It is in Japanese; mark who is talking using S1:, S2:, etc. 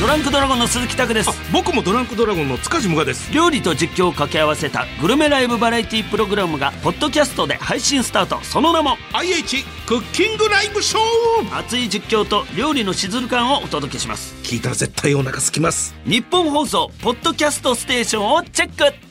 S1: ドランクドラゴンの鈴木拓です
S2: あ僕もドランクドラゴンの塚地無我です
S1: 料理と実況を掛け合わせたグルメライブバラエティプログラムがポッドキャストで配信スタートその名も
S2: IH クッキングライブショー
S1: 熱い実況と料理のしずる感をお届けします
S2: 聞いたら絶対お腹すきます
S1: 日本放送ポッドキャストステーションをチェック